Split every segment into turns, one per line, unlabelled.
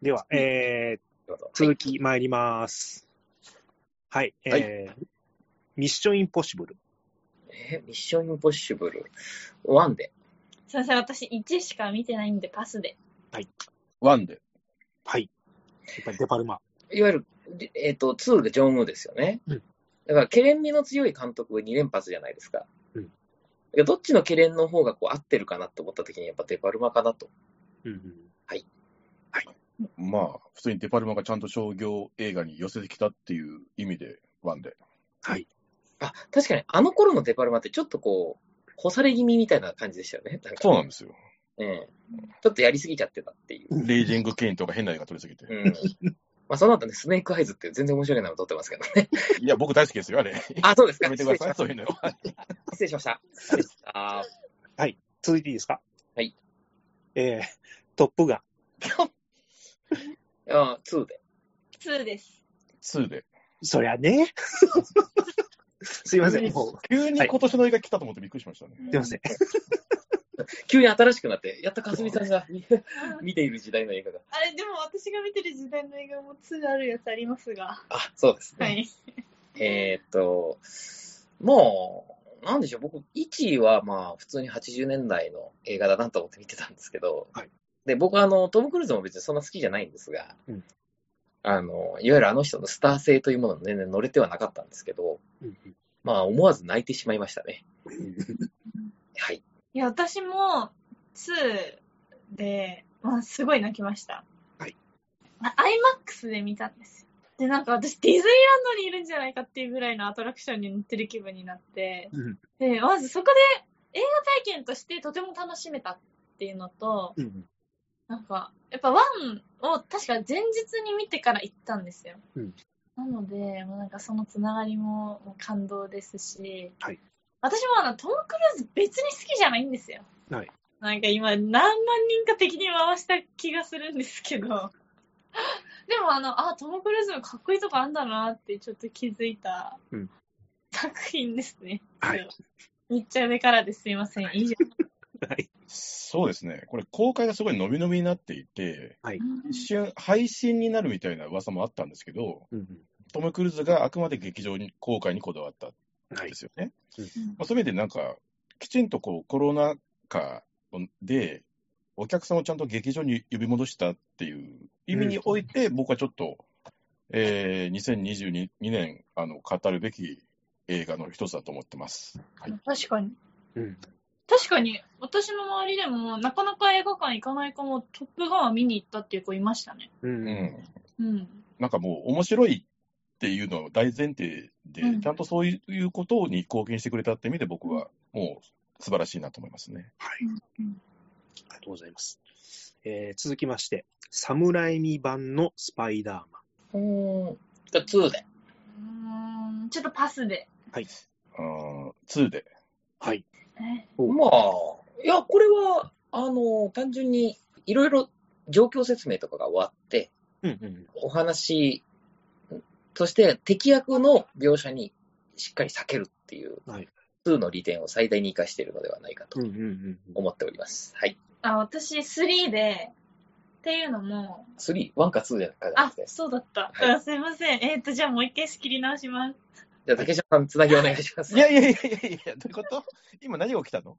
では、えー、続き参ります。はい、えーミッションインポッシブル。
えーミッションインポッシブル。ワンで。
すいません、私1しか見てないんでパスで。
ワンで。
はい。やっぱりデパルマ。
いわゆる、でえっ、と、2がジョンウーですよね。
うん
だから、ケレン味の強い監督が2連発じゃないですか。
うん
だからどっちのケレンの方がこう合ってるかなと思った時に、やっぱデパルマかなと。
うんうん。
まあ、普通にデパルマがちゃんと商業映画に寄せてきたっていう意味で、ワンで。
はい。
あ、確かに、あの頃のデパルマってちょっとこう、干され気味みたいな感じでしたよね。なんか
そうなんですよ。
ええちょっとやりすぎちゃってたっていう。
レイジング・ケインとか変な映画撮りすぎて。
うん。まあ、その後ね、スネークアイズっていう全然面白いのを撮ってますけどね。
いや、僕大好きですよ、あれ。
あ、そうですか。
やめてください、 そういうの。
失礼しました。失礼し ました。あ
続いていいですか
はい。
えー、トップガン。
ーあー、2で。
2です。
2で。
そりゃね。すいません、もう、
急に今年の映画来たと思ってびっくりしましたね。
すいません。
急に新しくなって、やっとかすみさんが 見ている時代の映画が。
あれ、でも私が見てる時代の映画も2あるやつありますが。
あ、そうですね。
はい。
えーっと、もう、なんでしょう、僕、1位はまあ、普通に80年代の映画だなと思って見てたんですけど、
はい
で、僕はあの、トム・クルーズも別にそんな好きじゃないんですが、
うん
あの、いわゆるあの人のスター性というものに全然乗れてはなかったんですけど、
うん
まあ、思わず泣いてしまいましたね。
うん
はい。
いや、私も2で、まあ、すごい泣きました。
はい
あ。IMAX で見たんですよ。で、なんか私ディズニーランドにいるんじゃないかっていうぐらいのアトラクションに乗ってる気分になって、
うん
で、まずそこで映画体験としてとても楽しめたっていうのと、
うん
なんか、やっぱ1を確か前日に見てから行ったんですよ。
うん
なので、もうなんかそのつながりももう感動ですし、
はい
私もあのトム・クルーズ別に好きじゃないんですよ。
はい
なんか今何万人か敵に回した気がするんですけど、 でもあの、あ、トム・クルーズのかっこいいとこあんだなってちょっと気づいた
うん
作品ですね。
はい。
日茶目からですいません。以上。
はい。
そうですね。これ、公開がすごい伸び伸びになっていて、一瞬配信になるみたいな噂もあったんですけど、
うん
トム・クルーズがあくまで劇場に公開にこだわったん
うんはい
で。すよね。
うん
まあ、そういう意味でなんか、きちんとこうコロナ禍で、お客さんをちゃんと劇場に呼び戻したっていう意味において、僕はちょっと、えー、2022年あの語るべき映画の一つだと思ってます。はい、
確かに。
うん
確かに、私の周りでも、なかなか映画館行かない子も、トップガンは見に行ったっていう子いましたね。
う
うんん、
うん。
なんかもう、面白いっていうのは大前提で、
うん
ちゃんとそういうことに貢献してくれたって意味で、僕はもう素晴らしいなと思いますね。
はい。ありがとうございます。えー、続きまして、サムライミ版のスパイダーマン。
うーん。じゃあ2で。
うーん、ちょっとパスで。
はい。
あー2で。
はい。
え
まあ、いや、これは、あの、単純に、いろいろ状況説明とかが終わって、
うんうん。
お話、そして敵役の描写にしっかり避けるっていう、
はい
2の利点を最大に活かしているのではないかと
うんうんうんうん。
思っております。はい。
あ、私、3で、っていうのも、
3、1か2じゃなくて、
あ、そうだっ
は
た。
い
あすいません。えっ、と、じゃあもう一回仕切り直します。
じゃあ竹島さん、つなぎお願いします。
いやいやいやいやいや、どういうこと今何が起きたの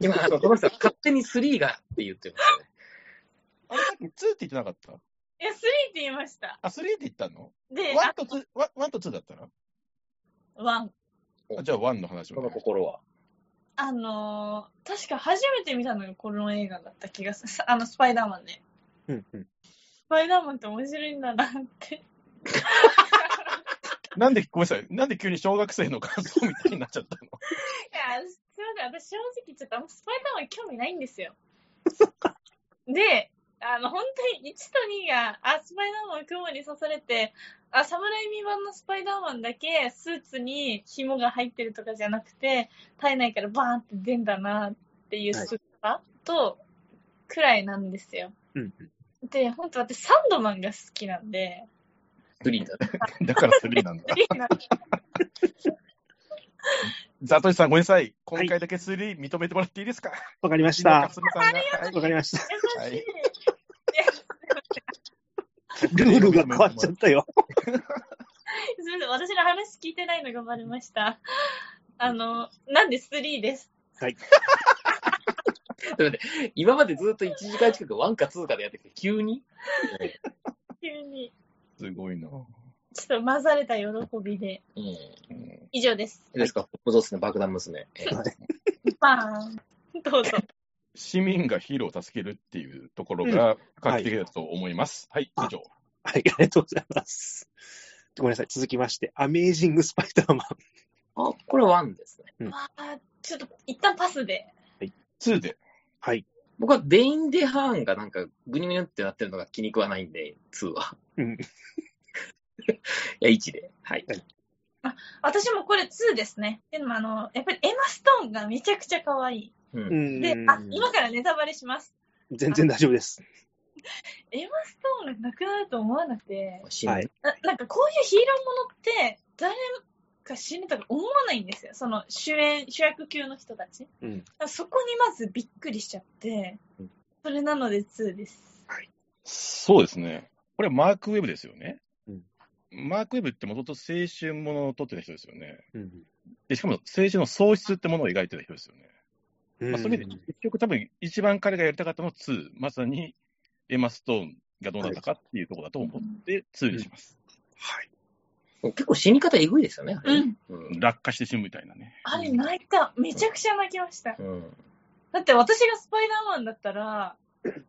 今、あの、この人、勝手に3がって言ってますよね。
あれさっき2って言ってなかった
いや、3って言いました。
あ、3って言ったの
で、
?1 と2、ワンワンと2だったの
あ、ワン。
あじゃあ1の話
こ
を
の。心は。
あのー確か初めて見たのがこの映画だった気がする。あの、スパイダーマンね。
うんうん。
スパイダーマンって面白いんだなって。
なんで、ごめんなさい。なんで急に小学生の感想みたいになっちゃったの
いや、すみません、私正直ちょっとあんまスパイダーマン興味ないんですよ。で、あの、本当に1と2が、あ、スパイダーマンは雲に刺されて、あ、侍未版のスパイダーマンだけスーツに紐が入ってるとかじゃなくて、体内からバーンって出んだなっていう
はい
姿と、くらいなんですよ。
うん
で、本当私サンドマンが好きなんで、
3だね。
だから3なん だ。ザトシさん、ごめんなさい。今回だけ3認めてもらっていいですか
わかりまし
今
た
か。すみさんが。はい
わかりました。
優しい。
はい
い
ル
や
ールが変わっちゃったよ。
すみません、私の話聞いてないのがバレました。あの、なんで3です。
今までずっと1時間近くワンかツーかでやってきて、急に
急に。
すごいな。
ちょっと混ざれた喜びで。
うん。い
以上です。
いですか、ホップドスの爆弾娘。えー
バーン。どうぞ。
市民がヒーローを助けるっていうところが画期的だと思います。はい、以上。
はい、ありがとうございます。ごめんなさい、続きまして、アメージング・スパイダーマン。
あ、これワンですね。
まあ、ちょっと一旦パスで。
2で。
はい。
僕はデイン・デハーンがなんかグニュグニュってなってるのが気に食わないんで、2は。
うん。
いや、1で。はい。
私もこれ2ですね。でもあの、やっぱりエマ・ストーンがめちゃくちゃ可愛い。
う。
うんん。
で、あ、今からネタバレします。
全然大丈夫です。
エマ・ストーンがなくなると思わなくて、
死ぬ
はい
ななんかこういうヒーローものって、誰か死ぬとか思わないんですよ。その主演、主役級の人たち。
うん。
そこにまずびっくりしちゃって
うん、
それなので2です。
そうですね。これマークウェブですよね。
うん
マークウェブってもともと青春ものを撮ってた人ですよね。
うん。
で、しかも青春の喪失ってものを描いてた人ですよね。
うん
まあ、そういう意味で、結局多分一番彼がやりたかったのは2。まさにエマ・ストーンがどうなったかっていうところだと思って2にします。
はい。
結構死に方えぐいですよね、あれ
うん。
うん。
落下して死ぬみたいなね。
あれ泣いた。めちゃくちゃ泣きました。
うん。
だって私がスパイダーマンだったら、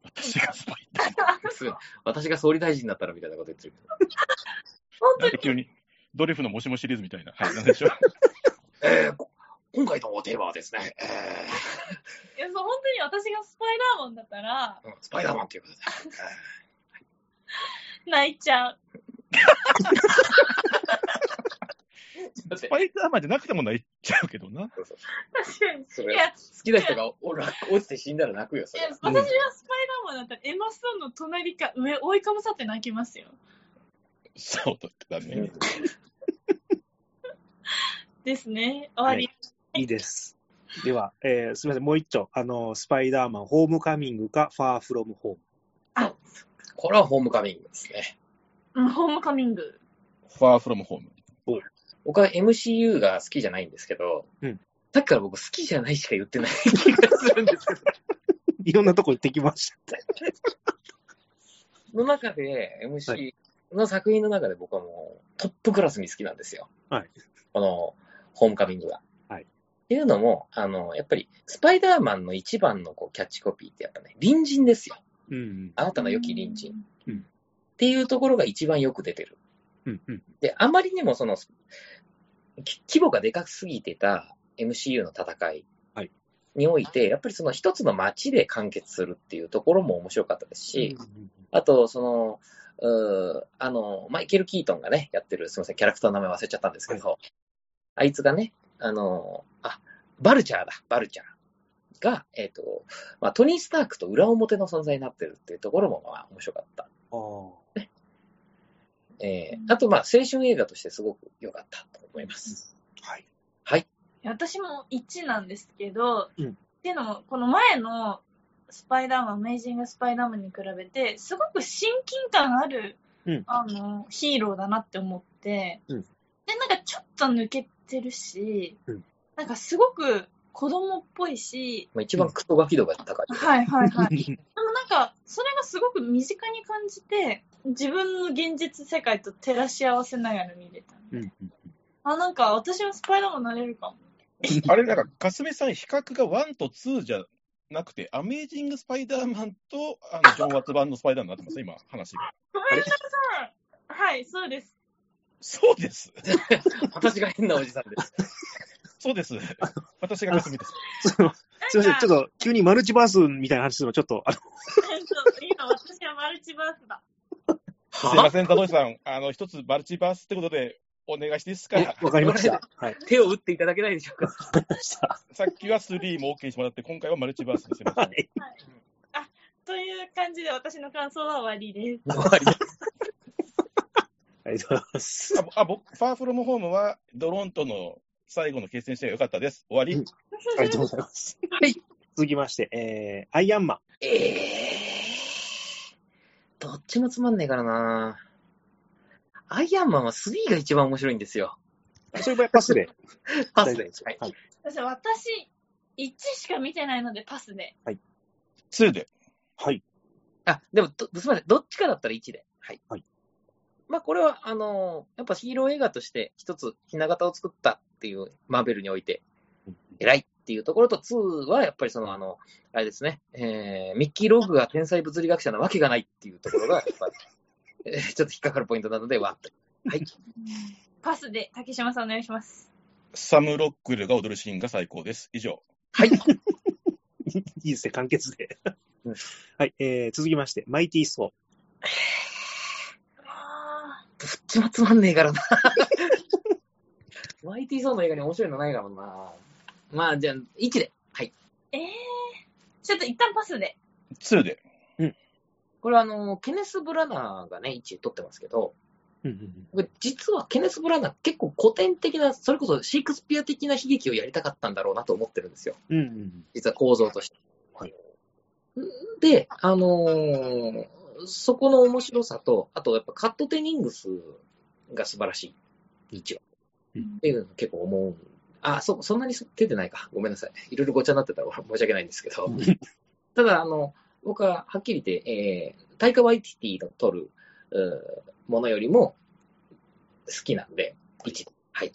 私がスパイダーマン
すごい私が総理大臣だったらみたいなこと言ってるけど。
本
な
当
ん
に
か急に、ドリフのもしもシリーズみたいな。はい、なんでしょう。
えー、こ今回のテーマはですね、えー、
いやそう本当に私がスパイダーマンだったら、
うんスパイダーマンということで。
泣いちゃう。
だって
スパイダーマンじゃなくても泣いちゃうけどな。
確かに。
そ
い
れ
や、
好きな人がおら落ちて死んだら泣くよ、そ
い
れ
や。私がスパイダーマンだったら、エマ・ストーンの隣か上、追いかぶさって泣きますよ。
そうだったね。
ですね。終わり。
いいです。では、えーすみません、もう一丁。あの、スパイダーマン、ホームカミングか、ファーフロムホーム。
これはホームカミングですね。
うんホームカミング。
ファーフロムホーム。
僕は MCU が好きじゃないんですけど、
うん
さっきから僕好きじゃないしか言ってない気がする んですけど、
いろんなとこ行ってきました。
その中で MC、
は
の作品の中で僕はもうトップクラスに好きなんですよ。
はい
このホームカミングが。
はい
っていうのも、あの、やっぱり、スパイダーマンの一番のこうキャッチコピーってやっぱね、隣人ですよ。
うん。
あなたの良き隣人。
うん
っていうところが一番よく出てる。
うん。うん。
で、あまりにもその、き規模がでかすぎてた MCU の戦い
はい
において、やっぱりその一つの街で完結するっていうところも面白かったですし、あと、その、うーあの、マイケル・キートンがね、やってる、すみません、キャラクターの名前忘れちゃったんですけど、あいつがね、あの、あ、バルチャーだ、バルチャー。が、えっ、と、まあ、トニー・スタークと裏表の存在になってるっていうところも、まあ、面白かった。
あー
えー、あと、まあ、青春映画としてすごく良かったと思います。
はい。
いや私も1なんですけど、
うん
っていうのも、この前のスパイダーマン、アメイジング・スパイダーマンに比べて、すごく親近感ある、
うん
あのヒーローだなって思って、
うん
で、なんかちょっと抜けてるし、
うん
なんかすごく子供っぽいし、
まあ、一番クソガキ度が高い。
はい はいはい。でもなんか、それがすごく身近に感じて、自分の現実世界と照らし合わせながら見れた。
うん。
あ、なんか私もスパイダーマンになれるかも。
あれ、なんか、かすみさん、比較が1と2じゃなくて、アメージング・スパイダーマンと、あの、上圧版のスパイダーマンになってます、今、話が。
ごめんなさい。はい、そうです。
そうです。
私が変なおじさんです。
そ うです。私がかすみです。
そのすみません、ちょっ
と。
と急にマルチバースみたいな話するの、ちょっと、あの、
今私はマルチバースだ。
すいません、ザトシさん。あの、一つマルチバースってことで、お願いしていいですか
わかりました。 はい。
手を打っていただけないでしょうか。
さっきは3も OK してもらって、今回はマルチバースですいませ
は
ん。
い。
という感じで私の感想は終わりです。
終わりです
ありがとうございます。
あぼあ、僕、ファーフロムホームは、ドローンとの最後の決戦試合が良かったです。終わり。
うんありがとうございます。はい。続きまして、えー、アイアンマン。
えーどっちもつまんねえからなアイアンマンは3が一番面白いんですよ。
それもや っぱパスで。
パスで。は
はいい。
私、私、1しか見てないのでパスで。
2で。
はい。
あ、でもど、すみません。どっちかだったら1で。はい。
はい
まあ、これは、あのーやっぱヒーロー映画として一つ、ひな形を作ったっていう、マーベルにおいて
うん、
偉いっていうところと、2はやっぱりその、あの、あれですね、えー、ミッキー・ローグが天才物理学者なわけがないっていうところが、やっぱり、 えーちょっと引っかかるポイントなので、わーっと。はい。
パスで、竹島さんお願いします。
サム・ロックルが踊るシーンが最高です。以上。
はい。
いいですね、簡潔で
うん。
はい、えー、続きまして、マイティー・ソ
あ
どっちもつまんねえからな。マイティーソーの映画に面白いのないからな。まあ、じゃあ、1で。はい。
ーえー、ちょっと一旦パスで。
2で。
これはあの、ケネス・ブラナーがね、1位取ってますけど、
ー。うんうんうん
僕実はケネス・ブラナー結構古典的な、それこそシェイクスピア的な悲劇をやりたかったんだろうなと思ってるんですよ。
うんうん
実は構造として。
はい
で、あのーそこの面白さと、あとやっぱカット・テニングスが素晴らしい。一応。
う
っ
ん
ていうの結構思う。あ、そ、そんなに出てないか。ごめんなさい。いろいろごちゃになってたら 申し訳ないんですけど。 ただ、あの、僕ははっきり言って、えー、タイカ・ワイティティの撮るうーものよりも好きなんで、一はい。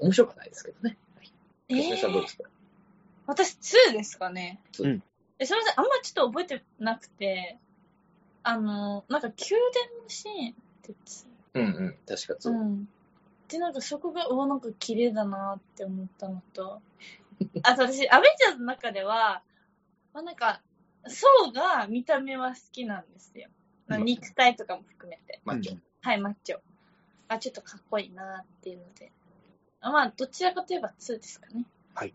面白くはないですけどね。はい。
えー
吉野さんどうですか
私、2ですかね。
ツ
ーうん
え、すみません。あんまちょっと覚えてなくて、あの、なんか宮殿のシーンって
うんうん。確か
2。
そうう。
ん。で、なんかそこが、うわ、なんか綺麗だなって思ったの と、あと私、アベンジャーズの中では、まあ、なんか、ソウが見た目は好きなんですよ。まあ
うん
肉体とかも含めて。
マッチョ。
はい、マッチョ。あ、ちょっとかっこいいなっていうので。あまあ、どちらかといえば2ですかね。
はい。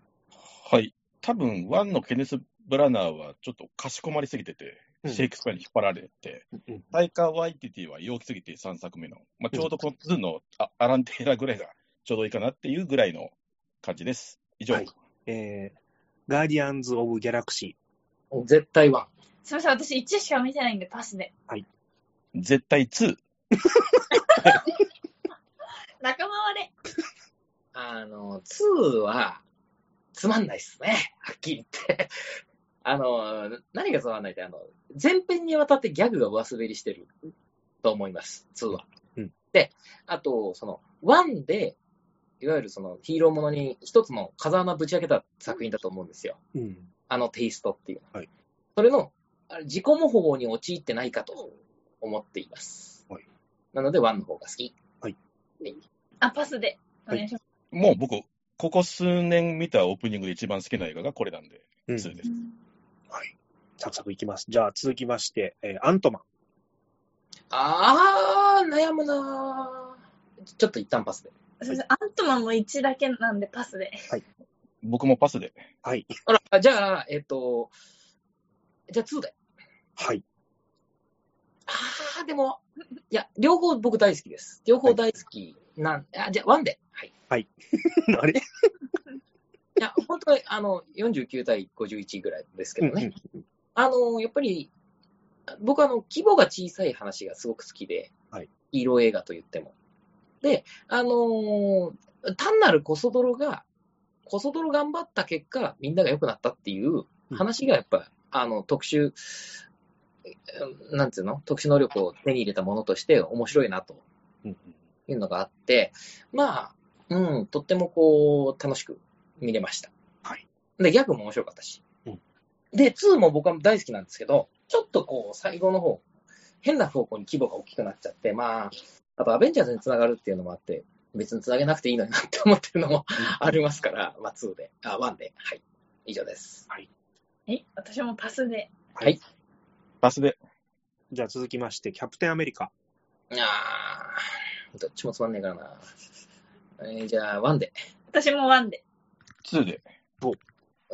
多分、1のケネス・ブラナーはちょっとかしこまりすぎてて、
うん
シェイクスピアに引っ張られて、
うんうん。
タイカー・ワイティティは陽気すぎて3作目の、まあ、ちょうどこの2のあアラン・テイラーぐらいがちょうどいいかなっていうぐらいの感じです。以上。
はいえー、ガーディアンズ・オブ・ギャラクシ
絶対ワン。
すみません、私1しか見てないんで、パスで。
絶対2。
仲間割れ。
あの、2は、つまんないっすね。 はっきり言って。あの、何がつまんないって、あの、前編にわたってギャグが上滑りしてると思います、2は。
うん
で、あと、その、1で、いわゆるそのヒーローものに一つの風穴ぶち開けた作品だと思うんですよ。
ー。うん。
あのテイストっていうの。
はい
それの、あれ自己模倣に陥ってないかと思っています。
はい
なので、1の方が好き。
あ、パスで。お
はい
願いします。
もう僕、ここ数年見たオープニングで一番好きな映画がこれなんで、
うん、
2です。
はい。サクサクいきます。じゃあ続きまして、えー、アントマン。
あー、悩むなーちょっと一旦パスで。
すみません、アントマンも1だけなんで、パスで。
僕もパスで。
はい。
あら、あじゃあ、えっ、と、じゃあ2で。
はい。
あー、でも、いや、両方僕大好きです。両方大好きなん、あじゃあ1で。はい。
あれ
いや、本当に、あの、49対51ぐらいですけどね。
うんうん
あの、やっぱり、僕はあの、規模が小さい話がすごく好きで、
はい
ヒーロー映画と言っても。で、あのー単なるコソ泥が、コソ泥頑張った結果、みんなが良くなったっていう話がやっぱ、あの、特殊、うんなんていうの特殊能力を手に入れたものとして面白いなと
うん
いうのがあって、まあ、うん、とってもこう、楽しく見れました。
はい。
で、ギャグも面白かったし。
うん
で、2も僕は大好きなんですけど、ちょっとこう、最後の方、変な方向に規模が大きくなっちゃって、まあ、あとアベンジャーズにつながるっていうのもあって、別につなげなくていいのになって思ってるのもありますから、まあ2で、あ、1で、はい。以上です。
え、私もパスで。
パスで。
じゃあ続きまして、キャプテンアメリカ。
あー、どっちもつまんねえからな。えーじゃあ、1で。
私も1で。
2で。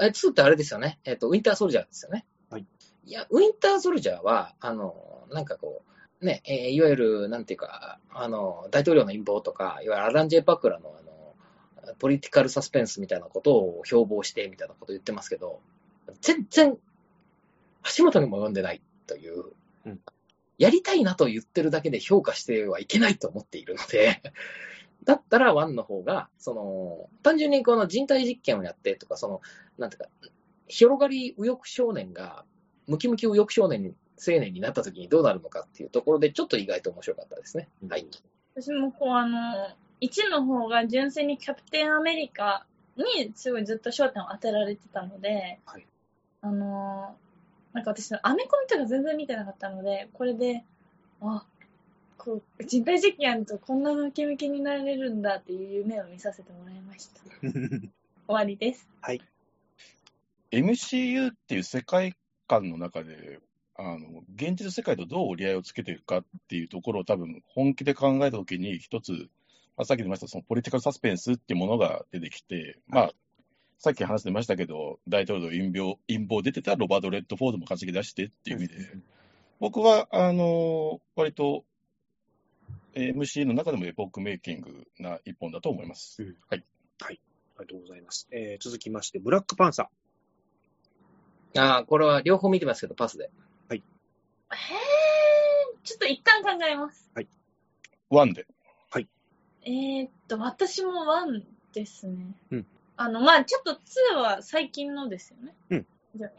え、2ってあれですよね。えっ、と、ウィンターソルジャーですよね。
はい。
いや、ウィンターソルジャーは、あの、なんかこう、ね、えーいわゆる、なんていうか、あの、大統領の陰謀とか、いわゆるアラン・ジェパクラの、あの、ポリティカルサスペンスみたいなことを標榜して、みたいなこと言ってますけど、全然、足元にも及んでないという、
うん
やりたいなと言ってるだけで評価してはいけないと思っているので、だったら1の方が、その、単純にこの人体実験をやってとか、その、なんていうか、広がり右翼少年が、ムキムキ右翼少年に、青年になった時にどうなるのかっていうところで、ちょっと意外と面白かったですね。はい。
私もこう、あの、1の方が純粋にキャプテンアメリカにすごいずっと焦点を当てられてたので、
はい
あのーなんか私、アメコミとか全然見てなかったので、これで、あ、こう、人体実験やるとこんなムキムキになれるんだっていう夢を見させてもらいました。終わりです。
MCU っていう世界観の中で、あの、現実世界とどう折り合いをつけていくかっていうところを多分本気で考えたときに一つ、まあ、さっき出ましたそのポリティカルサスペンスっていうものが出てきて、まあ、さっき話してましたけど、大統領の陰謀、陰謀出てたロバート・レッドフォードも稼ぎ出してっていう意味で、僕は、あの、割と、えー MC の中でもエポックメイキングな一本だと思います。
ありがとうございます。えー続きまして、ブラックパンサー。
ああ、これは両方見てますけど、パスで。
へー、ちょっと一旦考えます。
ワンで。
えー、っと、私も1ですね。
うん
あの、まあちょっと2は最近のですよね。
うん
じゃあ。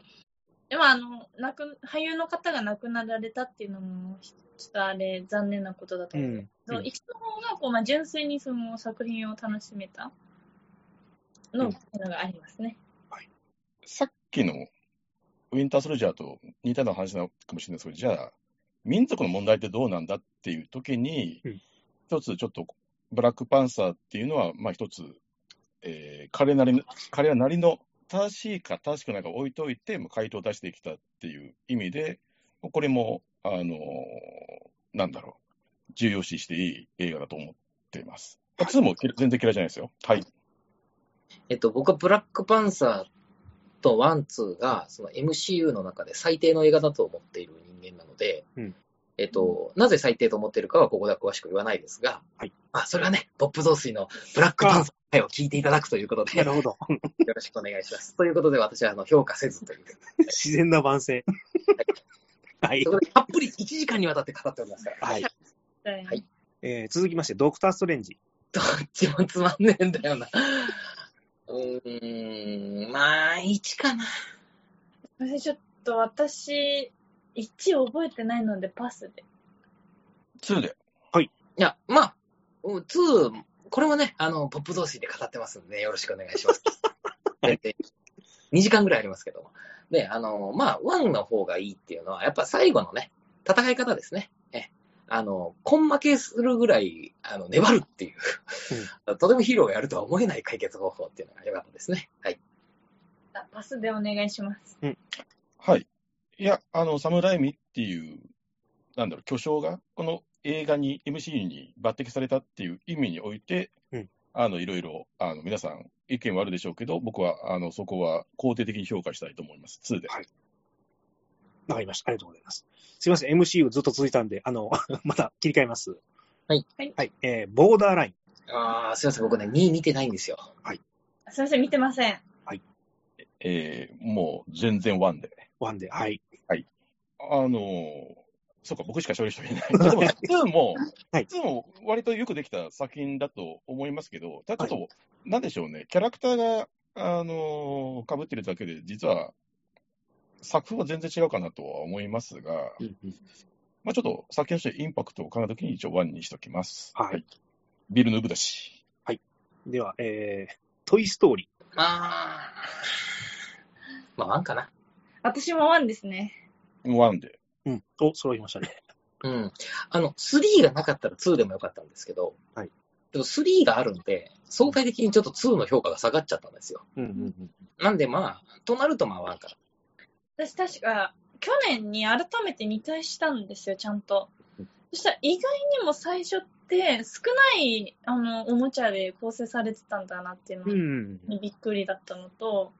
でも、あの、亡く、俳優の方が亡くなられたっていうのも、ちょっとあれ、残念なことだと思うんです
ん。
けど、1の方が、こう、まあ純粋にその作品を楽しめたのっていうのがありますね。
さっきのウィンターソルジャーと似たような話なのかもしれないですけど、じゃあ、民族の問題ってどうなんだっていう時に
うん、
一つちょっと、ブラックパンサーっていうのは、まあ一つ、えー彼なりの、彼はなりの正しいか正しくないか置いといて、まあ回答を出してきたっていう意味で、これも、あのーなんだろう、重要視していい映画だと思っています。まあ2も全然嫌いじゃないですよ。はい。
えっと、僕はブラックパンサーとワン、ツーが、その MCU の中で最低の映画だと思っている人間なので、
うん
えっと、なぜ最低と思っているかはここでは詳しく言わないですが、
はい
まあ、それはね、ポップ増水のブラックパンサーの回を聞いていただくということで、
な
よ
るほ ど。
ろしくお願いします。ということで、私はあの評価せずという。
自然な番宣。はい
そ。こでたっぷり1時間にわたって語っておりますから。
はい。
はい
はい
えー続きまして、ドクター・ストレンジ。
どっちもつまんねえんだよな。うーん、まあ、1かな。
私ちょっと私、1覚えてないので、パスで。
2で。
いや、まあ、うん2、これはね、あの、ポップ同士で語ってますんで、よろしくお願いします。
はい
2時間ぐらいありますけども。で、あの、まあ、1の方がいいっていうのは、やっぱ最後のね、戦い方ですね。えあの、コン負けするぐらい、あの、粘るっていう、 とてもヒーローがやるとは思えない解決方法っていうのが良かったですね。はい。
あパスでお願いします。
はい。いや、あの、サムライミっていう、なんだろう、巨匠が、この映画に、MC に抜擢されたっていう意味において、
うん
あの、いろいろ、あの、皆さん、意見はあるでしょうけど、僕は、あの、そこは肯定的に評価したいと思います。2で。
わかりました。ありがとうございます。すいません。MCU ずっと続いたんで、あの、 また切り替えます。
はい。
はい
はい。えーボーダーライン。
あー、すいません、僕ね、2見てないんですよ。
すいません、見てません。
えーもう、全然1で。
ワンで。はい。
あのーそうか、僕しか勝利していない。でも、2も、
はい
2も割とよくできた作品だと思いますけど、ただちょっと、なんでしょうね、キャラクターが、あのー被ってるだけで、実は、作風は全然違うかなとは思いますが、まあ、ちょっと作品としてインパクトを考えたときに一応1にしときます。
はい
ビルヌーブだし。
では、えートイ・ストーリ
まあ、まあ、1かな。
私もワンですね。
1で。
ー。うん。お、揃いましたね。
うん。あの、3がなかったら2でもよかったんですけど、
はい
でも3があるんで、相対的にちょっと2の評価が下がっちゃったんですよ。
うん
ん
うん。
なんでまあ、となるとまあ1から。
私確か、去年に改めて見返したんですよ、ちゃんと。そしたら意外にも最初って少ないあのおもちゃで構成されてたんだなっていう
う
の
ん。
にびっくりだったのと、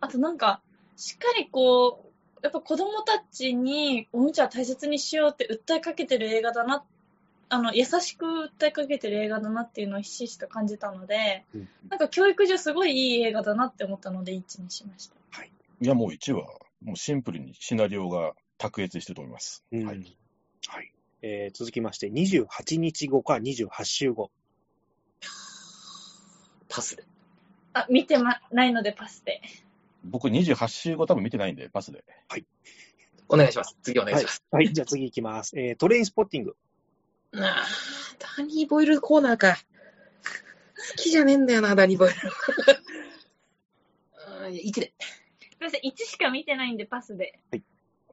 あとなんか、しっかりこう、やっぱ子供たちにおもちゃを大切にしようって訴えかけてる映画だな、あの、優しく訴えかけてる映画だなっていうのをひしひしと感じたので、
うん
なんか教育上すごいいい映画だなって思ったので1にしました。
いや、もう1は、もうシンプルにシナリオが卓越してると思います。
うん
はい。
はいえー続きまして、28日後か28週後。
パスで。
あ、見てま、ないのでパスで。
僕28週後多分見てないんで、パスで。
お願いします。次お願いします。
はい、じゃあ次行きます。えートレインスポッティング。
なあ、ダニーボイルコーナーか。好きじゃねえんだよな、ダニーボイル。 あーいや一で。
すみません、1しか見てないんでパスで。
い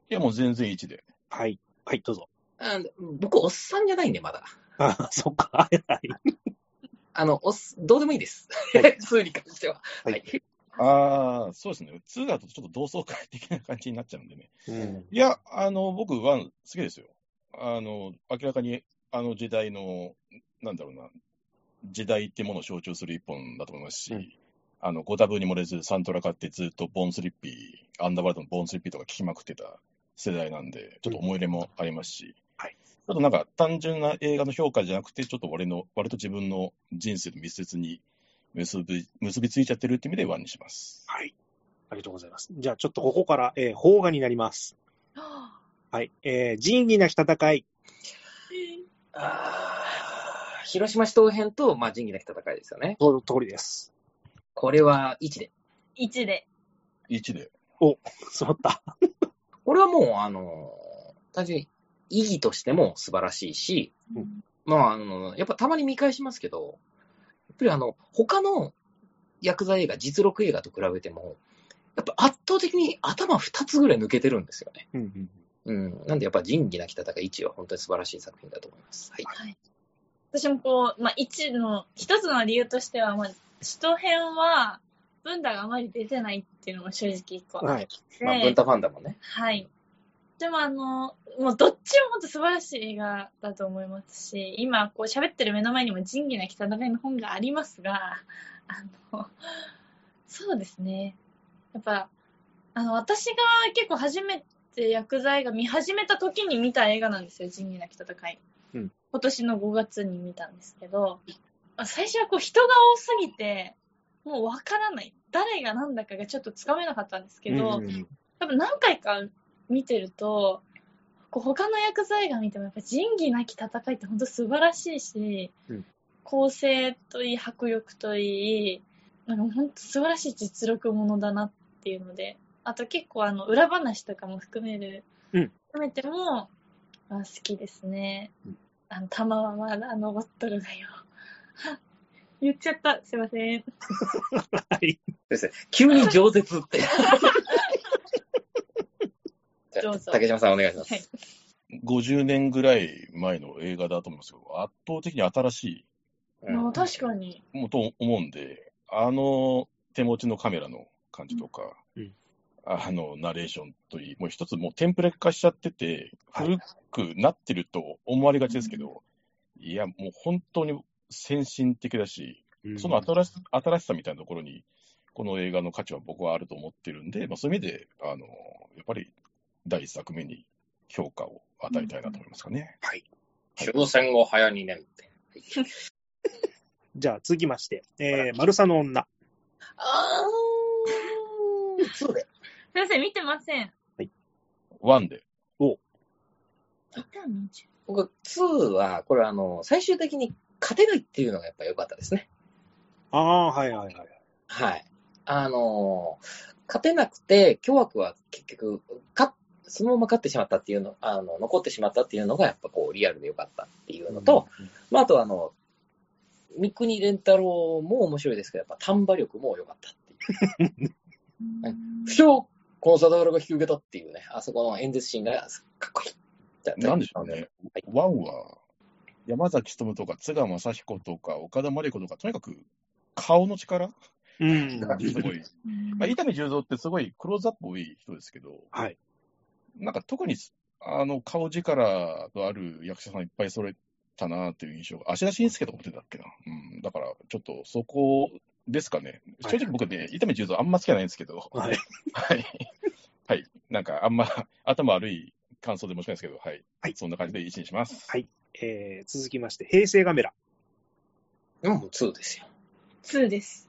や、もう全然1で。
はい、はい、どうぞ。
あー僕、おっさんじゃないんで、まだ。
あー、そっか。はい、はい。
あの、おっすどうでもいいです。
は
数に関しては。
は
はいい。
ああ、そうですね。2だとちょっと同窓会的な感じになっちゃうんでね。
うん
いや、あの、僕、ワン、好きですよ。あの、明らかに、あの時代の、なんだろうな、時代ってものを象徴する一本だと思いますし、
うん
あの、ご多分に漏れず、サントラ買ってずっとボーンスリッピー、アンダーワールドのボーンスリッピーとか聞きまくってた世代なんで、ちょっと思い入れもありますし、
はい
ちょっとなんか単純な映画の評価じゃなくて、ちょっと俺の、割と自分の人生と密接に結び、結びついちゃってるって意味でワンにします。
はい。ありがとうございます。じゃあ、ちょっとここから、えー、邦画になります。
はあ
はい。えー、仁義なき戦い。
あー広島市東編と、まあ、仁義なき戦いですよね。
その通りです。
これは1で。
1で。
1で。
揃った。
これはもう、あの、単純に意義としても素晴らしいし、
う
まあ、あの、やっぱたまに見返しますけど、やっぱりあの、他のヤクザ映画、実録映画と比べても、やっぱ圧倒的に頭2つぐらい抜けてるんですよね。
うんうん。
うん。なんでやっぱ仁義なき戦い1は本当に素晴らしい作品だと思います。はい。
私もこう、まあ、1の、一つの理由としては、まあ、首都編は、文太があまり出てないっていうのも正直一個あ
は
っ
い。
て、
まあ、文太ファンだもんね。
はい。でもあの、もうどっちも本当素晴らしい映画だと思いますし、今こう喋ってる目の前にも仁義なき戦いの本がありますが、あの、そうですね。やっぱ、あの、私が結構初めて薬剤が見始めた時に見た映画なんですよ、仁義なき戦い。
うん
今年の5月に見たんですけど、まあ最初はこう人が多すぎて、もうわからない。誰が何だかがちょっとつかめなかったんですけど、
うんうん
多分何回か見てると、こう他の薬剤が見てもやっぱ仁義なき戦いって本当素晴らしいし、
うん
構成といい、迫力といい、なんか本当素晴らしい実力ものだなっていうので、あと結構あの裏話とかも含める、
うん
含めても、まあ、好きですね。
うん
あの玉はまだ登っとるがよ。 言っちゃった。すいません。
はい。
ですね。急に饒舌 って。じゃ
どう
あ
ぞ
竹島さんお願いします。
はい。
50年ぐらい前の映画だと思うんですけど、圧倒的に新し
うん
まあ確かに。
いもと思うんで、あの手持ちのカメラの感じとか、
うん
あのナレーションといい、もう一つもうテンプレ化しちゃってて、
はい
古くなってると思われがちですけど、いや、もう本当に先進的だし、その新し新しさみたいなところに、この映画の価値は僕はあると思ってるんで、まあ、そういう意味で、あのやっぱり第一作目に評価を与えたいなと思いますかね。
終戦後早2年って。
じゃあ、続きまして、えー、マルサの女。
あー、そうだよ。
すいません、見てません。
ワンで。
見た見ち
僕、2は、これあの、最終的に勝てないっていうのがやっぱ良かったですね。
ああ、はいはいはい。
はい。あの、勝てなくて、巨悪は結局、かそのまま勝ってしまったっていうの、あの、残ってしまったっていうのが、やっぱこう、リアルで良かったっていうのと、まあ、あとあの、三国連太郎も面白いですけど、やっぱ丹波力も良かったっていう。はい
ゃ
不詳、コンサドールが引き受けたっていうね、あそこの演説シーンがかっこいい。
なんでしょうね。
はい
ワンは、山崎努とか津賀正彦とか岡田真理子とか、とにかく顔の力
うん。
がすご
う
い。
ん
まあ、伊丹十三ってすごいクローズアップ多い人ですけど、
はい。
なんか特にあの顔力のある役者さんいっぱい揃えたなという印象が、芦田伸介と思ってたっけな。うん、だからちょっとそこですかね。
はい
正直僕ね、伊丹十三あんま好きじゃないんで すけど、
はい。
はい。はい。なんか、あんま頭悪い感想で申し訳ないですけど、はい。
はい
そんな感じで一にします。
はいえー、続きまして、平成ガメラ。
うん、もう2ですよ。
2です。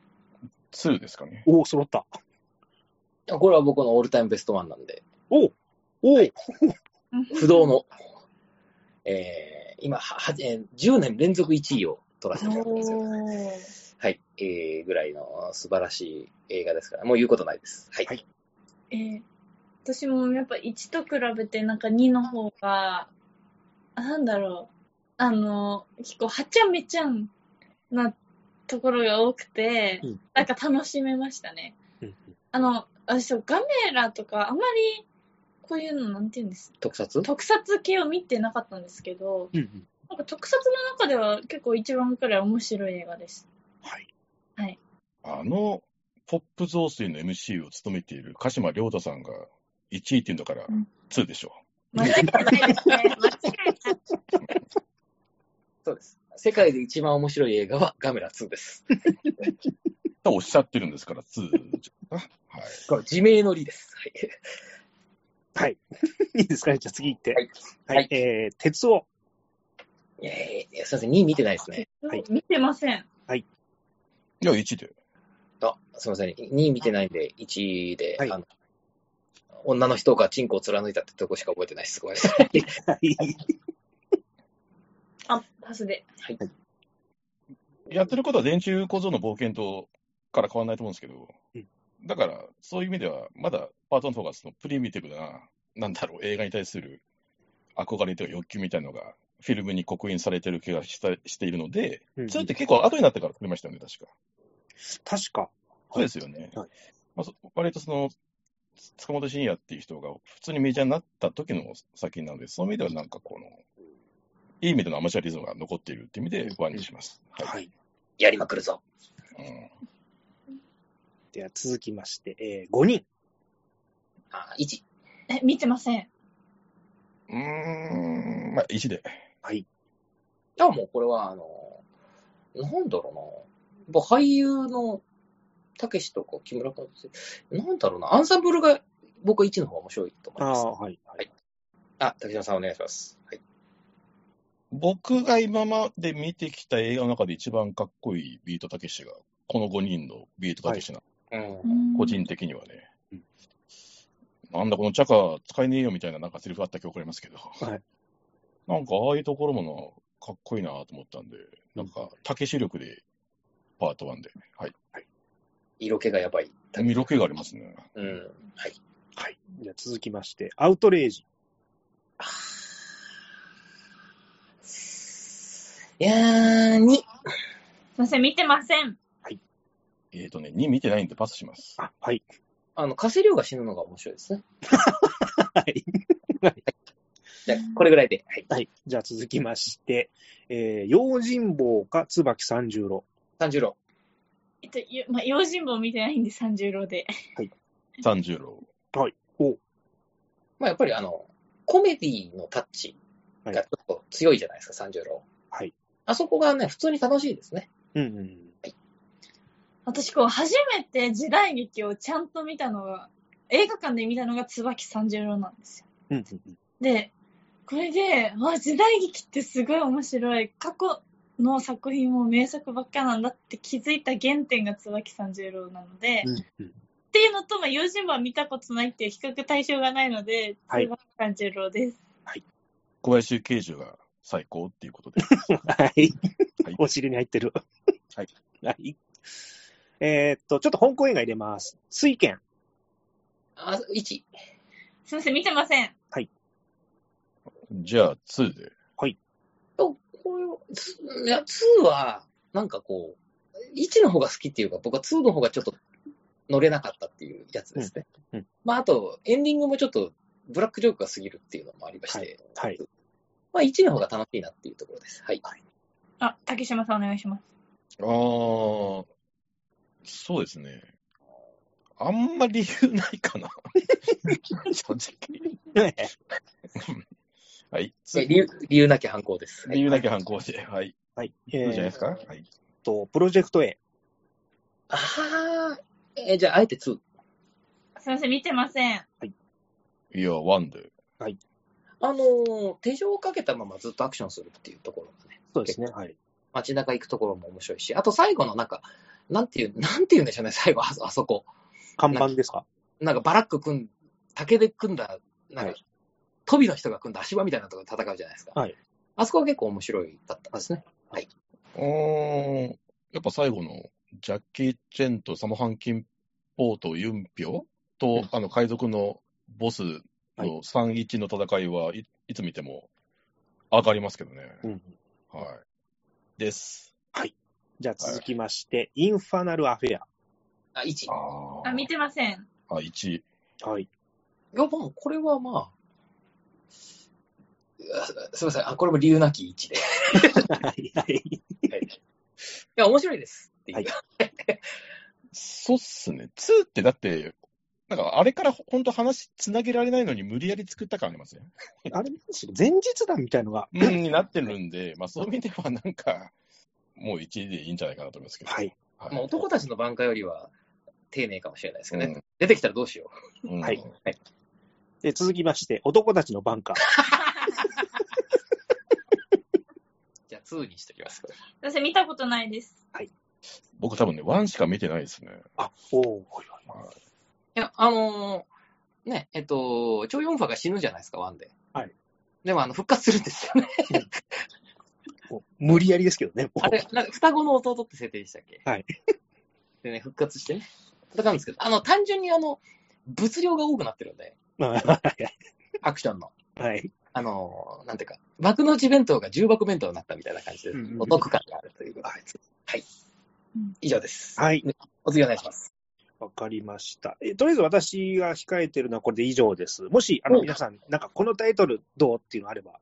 2ですかね。
おお、揃った。
これは僕のオールタイムベストワンなんで、
おおおお
不動の。えー今はは、えー10年連続1位を取らせてもらってますよ。
ー
はい、えーぐらいの素晴らしい映画ですから、もう言うことないです。はい。
はい
えー私もやっぱ1と比べてなんか2の方が、あなんだろう、あの、結構はちゃめちゃんなところが多くて、
うん
なんか楽しめましたね。
うん
あの、私そう、ガメラとかあんまりこういうのなんて言うんです
特撮
特撮系を見てなかったんですけど、
うんうん
なんか特撮の中では結構一番くらい面白い映画で した。
はい。
あの、ポップ増水の MC を務めている鹿島亮太さんが1位っていうんだから
うん
2でしょ。
間違い ないですね。間違いない。
そうです。世界で一番面白い映画はガメラ2です。
とおっしゃってるんですから2じ ゃないかな。はい。
これ自明の理です。
は
はい。
い。 いいですかねじゃあ次行って。
はい。
はい。
はい
えー、鉄を。
いやいやいやすいません、2位見てないですね。
はい
見てません。
いや、1で。
あ、すいません、2位見てないんで、1位で、
はい
あの、女の人がチンコを貫いたってとこしか覚えてない です。ごめんなさい。
はい。
あ、パスで。
やってることは電柱構造の冒険とから変わらないと思うんですけど
うん、
だから、そういう意味では、まだパートの方がそのプリミティブな、なんだろう、映画に対する憧れというか欲求みたいなのが、フィルムに刻印されてる気がしたしているので、
うん
2って結構後になってから撮りましたよね、確か。
確か。
そうですよね。
はい
まあ、そ割とその、塚本慎也っていう人が普通にメジャーになった時の作品なので、その意味ではなんかこの、いい意味でのアマチュアリズムが残っているっていう意味で、ワンにします。はい。
はい。
やりまくるぞ。
うん
では続きまして、えー、5人。
あ、1。
え、見てません。
うーん、まあ、1で。
あ、もうこれは、あの、なんだろうな。やっぱ俳優の、たけしとか木村和之なんだろうな。アンサンブルが、僕は1の方が面白いと思い
あ
ます
あ、。はい。はい。
あ、竹島さんお願いします。はい。
僕が今まで見てきた映画の中で一番かっこいいビートたけしが、この5人のビートたけしな、
うん。
うん
個人的にはね。
うん
なんだこのチャカ使えねえよみたいななんかセリフあった記憶ありますけど、
い
なんかああいうところもなかっこいいなと思ったんで、なんかたけし力でパート1で、はい。
色気がやばい。
見ろけがありますね。
うん。はい。
はい。じゃあ続きまして、アウトレイジ。
いやー、2。
すいません、見てません。
えっ、とね、2見てないんでパスします。
あ、はい。
あの、稼量が死ぬのが面白いですね。
はい。
じゃあこれぐらいで。はい。
はい。じゃあ続きまして、えー、用心棒か椿三十郎。
三十郎。
えっと、よまあ、用心棒見てないんで、三十郎で。
30郎。
お、
まあ、やっぱりあの、コメディのタッチがちょっと強いじゃないですか、三十郎。
はい。
あそこがね、普通に楽しいですね。
うんうんうん。
私、こう、初めて時代劇をちゃんと見たのが、映画館で見たのが椿三十郎なんですよ。
うんうんうん。
で、これで、わ、時代劇ってすごい面白い。過去の作品も名作ばっかなんだって気づいた原点が椿三十郎なので、
うんうん
っていうのと、まあ、用心棒は見たことないっていう比較対象がないので、
はい
椿三十郎です。
小林慶寿が最高っていうこと で。
はい
は い。
お尻に入ってる。
はい。
はい。えーっと、ちょっと香港映画入れます。水拳。
あ、1。
すいません、見てません。
じゃあ2で。
と、これを、ついや、2は、なんかこう、1の方が好きっていうか、僕は2の方がちょっと乗れなかったっていうやつですね。
うんうん
まあ、あと、エンディングもちょっと、ブラックジョークが過ぎるっていうのもありまして、
はい。
まあ、1の方が楽しいなっていうところです。はい。
あ、竹島さんお願いします。
あー、そうですね。あんまり理由ないか な。正直。はい。
で理由、理由なき反抗です。はい
理由だけ反抗して。はい。
はい。
そうじゃない
えー
で
っ
すか。はい。
と、プロジェクト A。
ああ、えーじゃあ、あえて2。
すいません、見てません。
いや、ワンで。
あのー手錠をかけたままずっとアクションするっていうところがね、
そうですね。はい。
街中行くところも面白いし、あと最後のなんか、なんていう、なんていうんでしょうね、最後、あそあそこ。
看板ですか
なんかバラック組ん、竹で組んだ、なん
は
か
い、
飛びの人が組んだ足場みたいなところで戦うじゃないですか。
はい
あそこは結構面白いだったですね。
うーん。やっぱ最後の、ジャッキー・チェンとサモハン・キンポーとユンピョと、あの、海賊のボス
はい
の3-1の戦いはい、いつ見ても上がりますけどね。
うん
はい。です。
じゃあ続きまして、インファナルアフェ
あ、1。
あ
あ、見てません。
あ、1。
ア。はい。
いや、でもこれはまあ、うわすみません、あこれも理由なき1で。い
はいはい。
や、面白いですっていう。
はい
そうっすね。2ってだって、なんかあれから本当話つなげられないのに無理やり作った感ありますね。
あれなんですよ前日談みたいのが。
うん、になってるんで、まあそういう意味ではなんか、もう1でいいんじゃないかなと思いますけど。。
はいい。
はい
まあ、男たちの挽回よりは丁寧かもしれないですけどね。
うん
出てきたらどうしよう。
うん
はいで続きまして、男たちのバンカー。
じゃあ2にしときます。
私見たことないです。
僕多分ね、1しか見てないですね。
あ、おお。
いや、あのーね、えっと、超4ファが死ぬじゃないですか、ワンで。
はい。
でも、あの、復活するんですよね。
こう無理やりですけどね。もう
あれ、なんか双子の弟って設定でしたっけ
はい。
でね、復活してね。だからなんですけど、あの、単純にあの、物量が多くなってるんで、
はい
アクションの。
はい。
あのーなんていうか、幕の内弁当が重爆弁当になったみたいな感じで
うんうんう、ん
お得感があるということで。はい。以上です。
はい。
お次お願いします。
わかりました。えとりあえず私が控えてるのはこれで以上です。もし、あの、
お
皆さん、なんかこのタイトルどうっていうのあれば。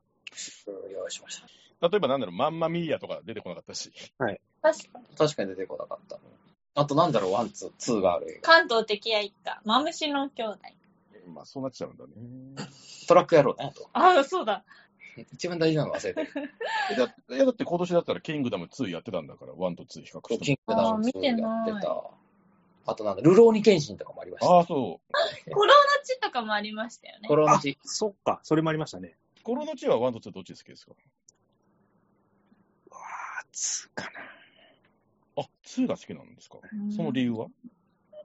用意しました。
例えばなんだろう、マンマミーアとか出てこなかったし。
確かに。
確かに出てこなかった。あと、なんだろう、ワン、ツー、ツーがある映画。
関東敵愛一家、マムシの兄弟。
まあそうなっちゃうんだね。
トラック野郎ね、あと。
あ、そうだ。
一番大事なの 忘れてる。
えだいやだって今年だったらキングダム2やってたんだから、1と2比較
キ
して
ングダム
あー見て
2やっ
ない
てた。あとなんだ、ルローニケンシンとかもありました。
も。ああ、そう。
コロナチとかもありましたよね
コ。ロナ
あ
チ、
そっか。それもありましたね。
コロの地は1と2どっち好きですか
わー、つか
あ、2が好きなんですか
うん
その理由は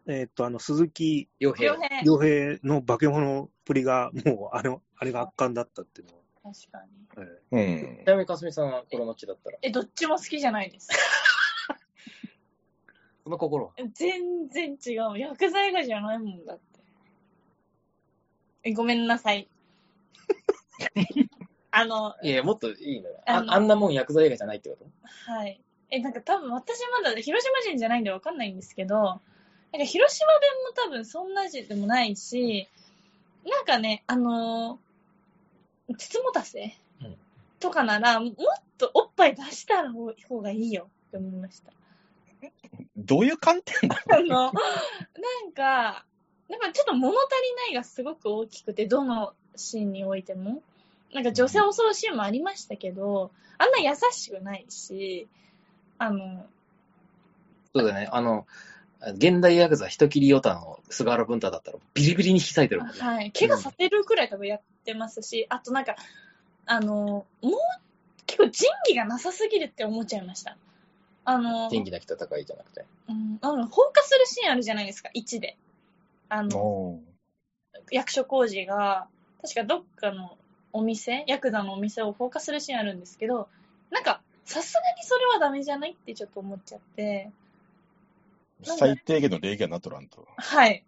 な。えっ、と、あの、鈴木
傭兵
両。辺。確
良平の化け物っぷりが、もう、あれ、あれが圧巻だったっていうのは。
かに。
えー
うん
ち。なみにかすみさんはコロナチだったら、
え、どっちも好きじゃないです。
その心は
全然違う。薬剤画じゃないもんだって。え、ごめんなさい。あの、
いやいや、もっといいのよ。
あ
あ
の
あんなもん薬剤映画じゃないってこと
はい。え、なんか多分私まだ広島人じゃないんでわかんないんですけど、なんか広島弁も多分そんな字でもないし、なんかね、あのー、筒もたせ
うん
とかなら、もっとおっぱい出した方方がいいよって思いました。
どういう観点だ
あの、なんか、なんかちょっと物足りないがすごく大きくて、どのシーンにおいても。なんか女性を襲うシーンもありましたけど、あんな優しくないし、あの、
そうだね。あの、現代ヤクザ人切りヨタの菅原文太だったらビリビリに引き裂いてるもんね。
はい、怪我させるくらい多分やってますし、あとなんか、あの、もう結構仁義がなさすぎるって思っちゃいました。あの、
元気な人高いじゃなくて。
うん、あの放火するシーンあるじゃないですか、1で。あの、
の
役所工事が、確かどっかのお店、ヤクザのお店を放火するシーンあるんですけど、なんか、さすがにそれはダメじゃないってちょっと思っちゃって、
最低限の礼儀はなっとらんと。
はい。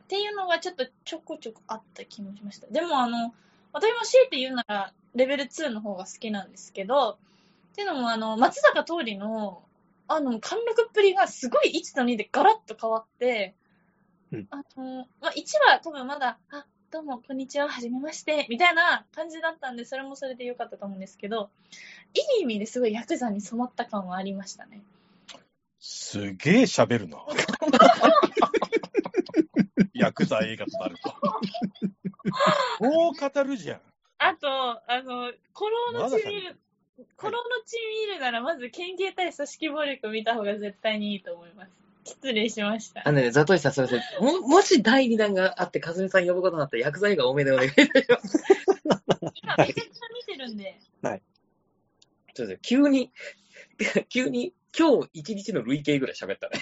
っていうのがちょっとちょこちょこあった気もしました。でもあの、私も強いて言うなら、レベル2の方が好きなんですけど、っていうのもあの、松坂桃李の、あの、貫禄っぷりがすごい1と2でガラッと変わって、
うん
あの、まあ、1は多分まだ、あ、どうも、こんにちは、はじめまして、みたいな感じだったんで、それもそれで良かったと思うんですけど、いい意味ですごいヤクザに染まった感はありましたね。
すげえ喋 るな。ヤクザ映画となると。こう語るじゃん。
あと、あの、コロのチミール、コロのチミールならまず県警対組織暴力見た方が絶対にいいと思います。失礼しました。
あのね、ザトシさん、すみません。も、もし第2弾があって、かすみさん呼ぶことになったら、薬剤映画多めでお願いいたします。
今めちゃくちゃ見てるんで、
ちょっと急に、 急に、今日1日の累計ぐらい喋ったね。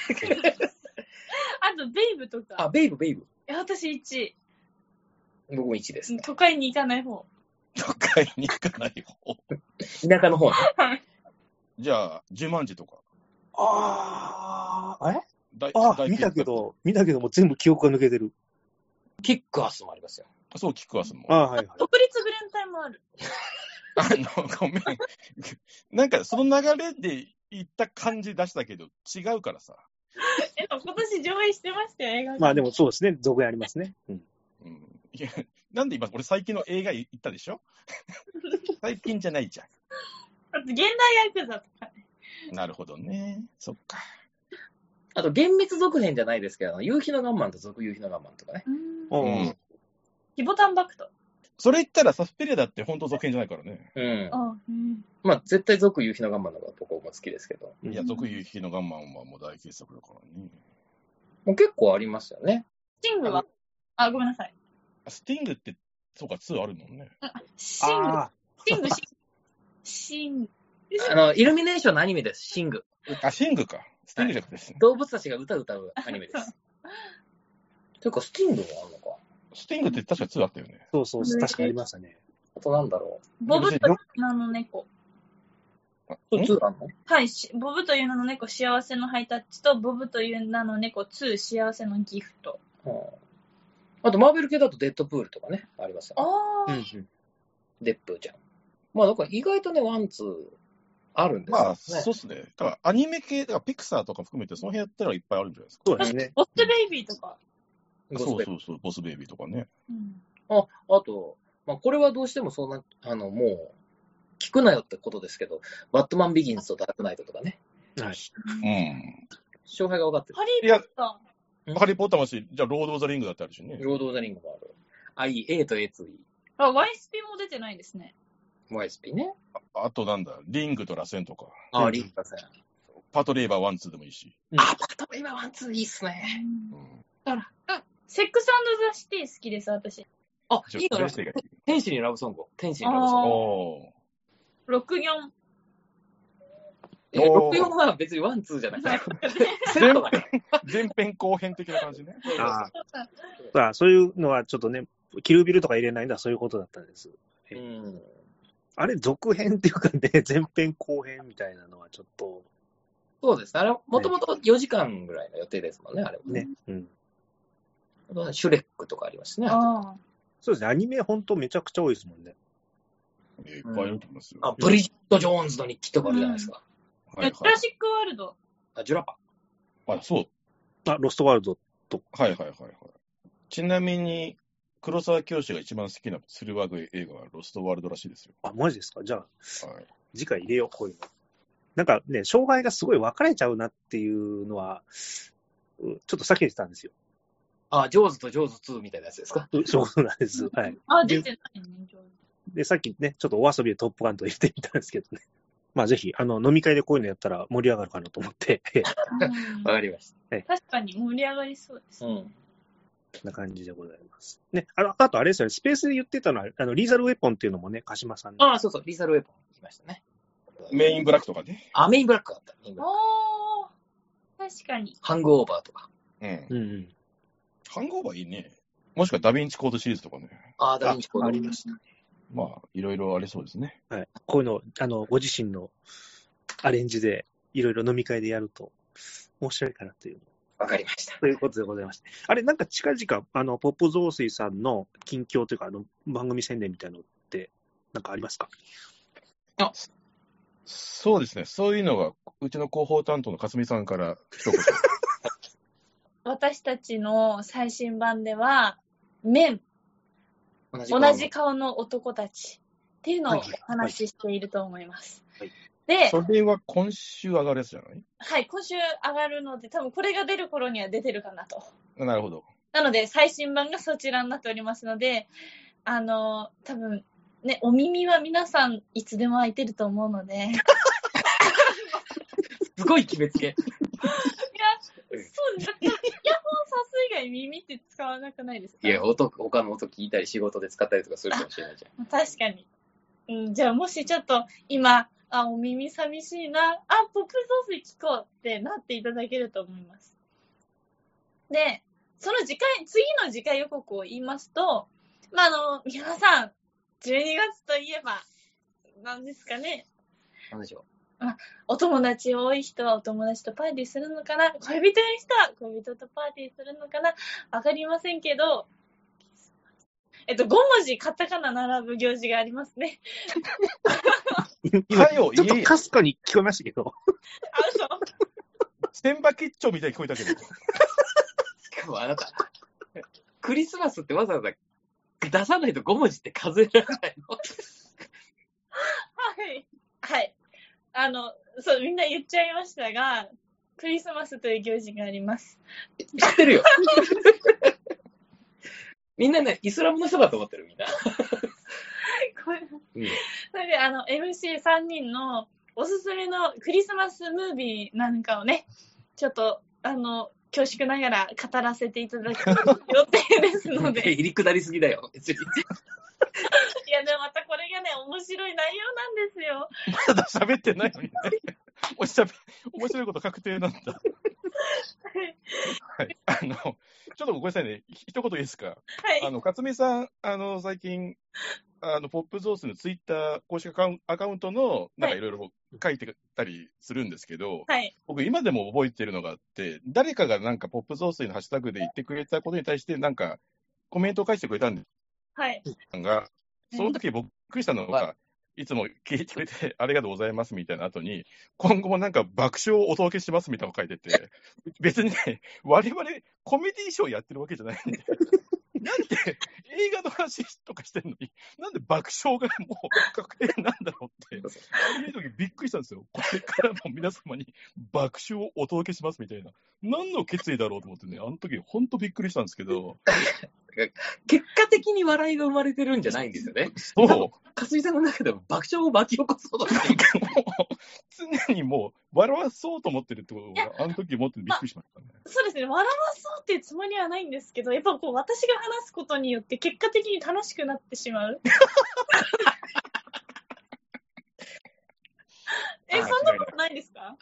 あとベイブと
あ、
か、
ベイブ、ベイブ。
いや私1位、
僕も1ですね。
都会に行かない方。
都会に行かない方。
田舎の方ね。
じゃあ、十万字とか。
ああ、え
大
あ、見たけ。ど、見たけども全部記憶が抜けてる。
キックアスもありますよ。
大そう、キックアスも。
ああ、はいはい。
独立グレンタイもある。
あの、ごめん。 なんか、その流れで言った感じ出したけど、違うからさ。
え、でも今年上映してましたよ、映画 館
まあでもそうですね、続編ありますね。うん
うん。いや、なんで今、俺最近の映画行ったでしょ 最近じゃないじゃ
あと現代ヤクザとかね。
ん。なるほどね。そっか。
あと、厳密続編じゃないですけど、夕日のガンマンと続夕日のガンマンとかね。
うん
うん。
ヒボタンバクト。
それ言ったらサスペリアだって本当続編じゃないからね。
うん。
うん。
まあ、絶対続夕日のガンマンの方が僕も好きですけど。
うん
いや、続夕日のガンマンはもう大傑作だからね。
もう結構ありますよね。
シングはあ、ごめんなさい。
あスティングって、そうか、2あるもんね。
シング、
あ
シング、シング。シング。
あの、イルミネーションのアニメです。シング。
あ、シングか。スティングじゃなくてですね。
動物たちが歌歌うアニメ です。というか、スティングもあるのか。
スティングって確か2あったよね
あ、。そうそう、確かありましたね。
あとなんだろ
ボブという名の猫。
あ
う。
ん
2あんの
はい、しボブという名の猫、幸せのハイタッチと、ボブという名の猫2、幸せのギフト。
うんあと、マーベル系だとデッドプールとかね、ありますよね。
あ
う
ー、
んうん
デップーちゃん。まあ、だから意外とね、ワン、ツー、あるんですよ、ね。
まあ、そうっすね。だからアニメ系、だからピクサーとか含めて、その辺やったらいっぱいあるんじゃないですか。
そうですね。
ボスベイビーとか。
ボス
そう
ベイ
そうそう、ボスベイビーとかね。
うん。
あ、あと、まあ、これはどうしてもそんな、あの、もう、聞くなよってことですけど、バットマンビギンズとダークナイトとかね、
はい。
うん。
勝敗が分かってる。
ハリ
い
ー・
や
ポッタ
ハリー・ポッターもあるし、じゃあ、ロード・オブ・ザ・リングだってあるしね。
ロード・オブ・ザ・リングもある。IA と A2E、
ー。あ、YSP も出てないですね。
YSP ね。
ああとなんだ、リングと螺旋とか、
あ、
うん
リングさん。
パトレーバーワンツーでもいいし。
あ、バットマン今ワン、ツーいいっす
う
ね。
ん
ん。
セックスザ・シティ好きです、私。
あ、
じゃ
いい
あ、
のね
プレイステがいい
天使にラブソングを。天使にラブ
あ
ソン
ー
グ。
おー
64。
え、
おー
64は別にワン、ツーじゃなくて、セッ
全
トだね。
前編後編的な感じね。
ああ、まあそういうのはちょっとね、キルビルとか入れないのはそういうことだったんです。
うん。
あれ、続編っていうかね、前編後編みたいなのはちょっと
そうですね。あれ、もともと4時間ぐらいの予定ですもんね、あれは。
ね、うん。
あとはシュレックとかありますしね。あ
あ
そうですね、アニメ本当めちゃくちゃ多いですもんね。
いっぱいあると思いますよ。
とあ、ブリジット・ジョーンズの日記とかあるじゃないですか。
あ。
は
ジ
い
ュラ
は
シック・ワールド。
あ、ジュラパ。
い。あ、そう。
あ、ロストワールド。
はいはいはいはい。ちなみに、黒沢清が一番好きなスルワグ映画はロストワールドらしいですよ。
あ、マジですかじゃあ、
はい。
次回入れよう、こういうの。なんかね、勝敗がすごい分かれちゃうなっていうのは、うちょっと避けてたんですよ。
あ、ジョーズとジョーズ2みたいなやつですか。
うそうなんです。はい。
あ、出てないね、上手
で、さっきね、ちょっとお遊びでトップガンと入れてみたんですけどね。 まあ、ぜひ、あの、飲み会でこういうのやったら盛り上がるかなと思って、
うん
わかりまし
確かに盛り上がりそうです
た。。うん。
な感じでございます。ね、あの、あとあれですよね、スペースで言ってたのは、あの、リーザルウェポンっていうのもね、鹿島さんの
あ、そうそう、リーサルウェポン行きましたね。
メインブラックとかね。
あ、メインブラックだった。メインブラック
おー、確かに。
ハングオーバーとか。
うん。
うんうん。
ハングオーバーいいね。もしくはダヴィンチコードシリーズとかね。
あ、ダヴィンチコード
あ
あ
り
りました。
まあ、いろいろありそうですね。
はい。こういうのを、あの、ご自身のアレンジで、いろいろ飲み会でやると、面白いかなという。
わかりました。
ということでございまして。あれ、なんか近々、あの、ポップ増水さんの近況というか、あの、番組宣伝みたいなのって、なんかありますか
そうですね。そういうのが、うちの広報担当のかすみさんから一言。
私たちの最新版では、メン、
同じ
同じ顔の男たちっていうのをお話ししていると思います。
はい
で、
それは今週上がるやつじゃない
はい、今週上がるので、多分これが出る頃には出てるかなと。
なるほど。
なので、最新版がそちらになっておりますので、あの、多分ね、お耳は皆さんいつでも開いてると思うので、いや、
すごい決めつけ。
そう、だってイヤホンさす以外耳って使わなくないですか
いや、音、他の音聞いたり仕事で使ったりとかするかもしれないじゃん。
確かに。うん、じゃあもしちょっと今、あ、お耳寂しいな、あ、ポップソース聞こうってなっていただけると思います。で、その次回、次の次回予告を言いますと、まあ、あの、皆さん、 12月といえば、なんですかね。
なんでしょ
お友達多い人はお友達とパーティーするのかな恋人いる人は恋人とパーティーするのかなわかりませんけど、えっと、5文字カタカナ並ぶ行事がありますね。
今
はよ、
ちょっ
言え
と
や
かすかに聞こえましたけど、
あ、そう。
千葉吉兆みたいに聞こえたけど。
う。しかもあなた、クリスマスってわざわざ出さないと5文字って数えられないの
はい。はい。あの、そう、みんな言っちゃいましたが、クリスマスという行事があります。
知ってるよ。 みんなね、イスラムの人だと思ってる、みんな。
これそれで、あの、MC3 人のおすすめのクリスマスムービーなんかをね、ちょっと、あの、恐縮ながら語らせていただく予定ですので。
入り下りすぎだよ。別に
いや、でもまたこれがね、面白い内容なんですよ。
まだ喋ってないのにね。おしゃべ面白いこと確定なんだ。はい。あの、ちょっとごめんなさいね。ひ一言いいですか。
はい。
あの、勝美さん、あの、最近、あの、ポップゾースのツイッター公式アカウンアカウントの、なんかいろいろ書いてたりするんですけど、
はい。
僕今でも覚えてるのがあって、誰かがなんかポップ増水のハッシュタグで言ってくれたことに対して、なんかコメントを返してくれたんで
はい。
すが、その時僕、びっくりしたの
は
が、いつも聞いてくれて ありがとうございますみたいな後に、今後もなんか爆笑をお届けしますみたいなのを書いてて、別にね、我々コメディーショーやってるわけじゃないんで、 なんで映画の話とかしてるのに、なんで爆笑がもう確定なんだろうって、あの時びっくりしたんですよ。これからも皆様に爆笑をお届けしますみたいな。何の決意だろうと思ってね、あの時本当びっくりしたんですけど、
結果的に笑いが生まれてるんじゃないんですよ ね。
そう。
かすみさんの中でも爆笑を巻き起こそうとしている。
もう常にもう、笑わそうと思ってるってことが、あの時思ってびっくりしましたね。
そうですね、笑わそうっていうつもりはないんですけど、やっぱこう、私が話すことによって、結果的に楽しくなってしまう。え、そんなことないですか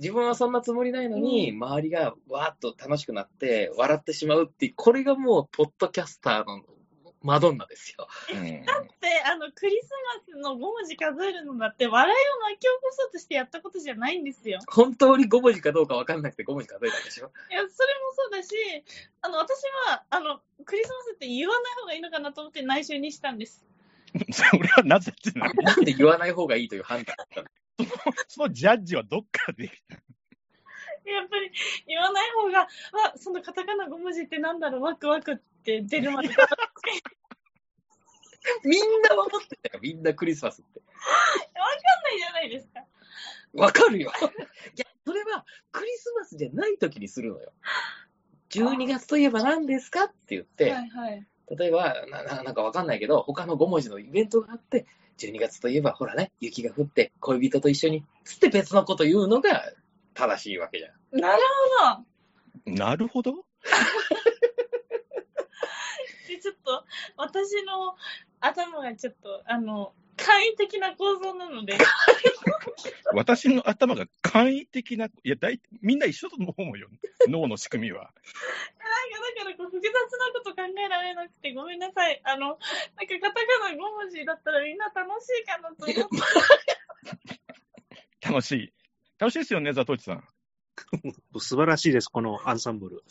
自分はそんなつもりないのに、周りがわーっと楽しくなって、笑ってしまうっていう、これがもう、ポッドキャスターのマドンナですよ。
で、あの、クリスマスの5文字数えるのだって、笑いを巻き起こそうとしてやったことじゃないんですよ。
本当に5文字かどうか分かんなくて5文字数えたんでしょ。
いや、それもそうだし、あの、私は、あの、クリスマスって言わない方がいいのかなと思って内緒にしたんです。
うんそれはなぜってな
なんで言わない方がいいという判断だったの
そのジャッジはどっから で
やっぱり言わない方が、わ、そのカタカナ5文字ってなんだろう、ワクワクって出るまで。いや
みんな分かってたよ、みんなクリスマスって。
ないじゃないですか。
分かるよ。いや、それはクリスマスじゃない時にするのよ。12月といえば何ですかって言って、
はいはい。
例えばなな、なんかわかんないけど、他の5文字のイベントがあって、12月といえば、ほらね、雪が降って、恋人と一緒に、つって別のこと言うのが正しいわけじゃん。
なるほど。
なるほど。
で、ちょっと、私の頭がちょっと、あの、簡易的な構造なので、
私の頭が簡易的な、いや、大みんな一緒だと思うよ。脳の仕組みは。
だからこう複雑なこと考えられなくてごめんなさい。あの、なんかカタカナ5文字だったらみんな楽しいかなと思って。
楽しい。楽しいですよね、ザトウチさん。
素晴らしいです、このアンサンブル。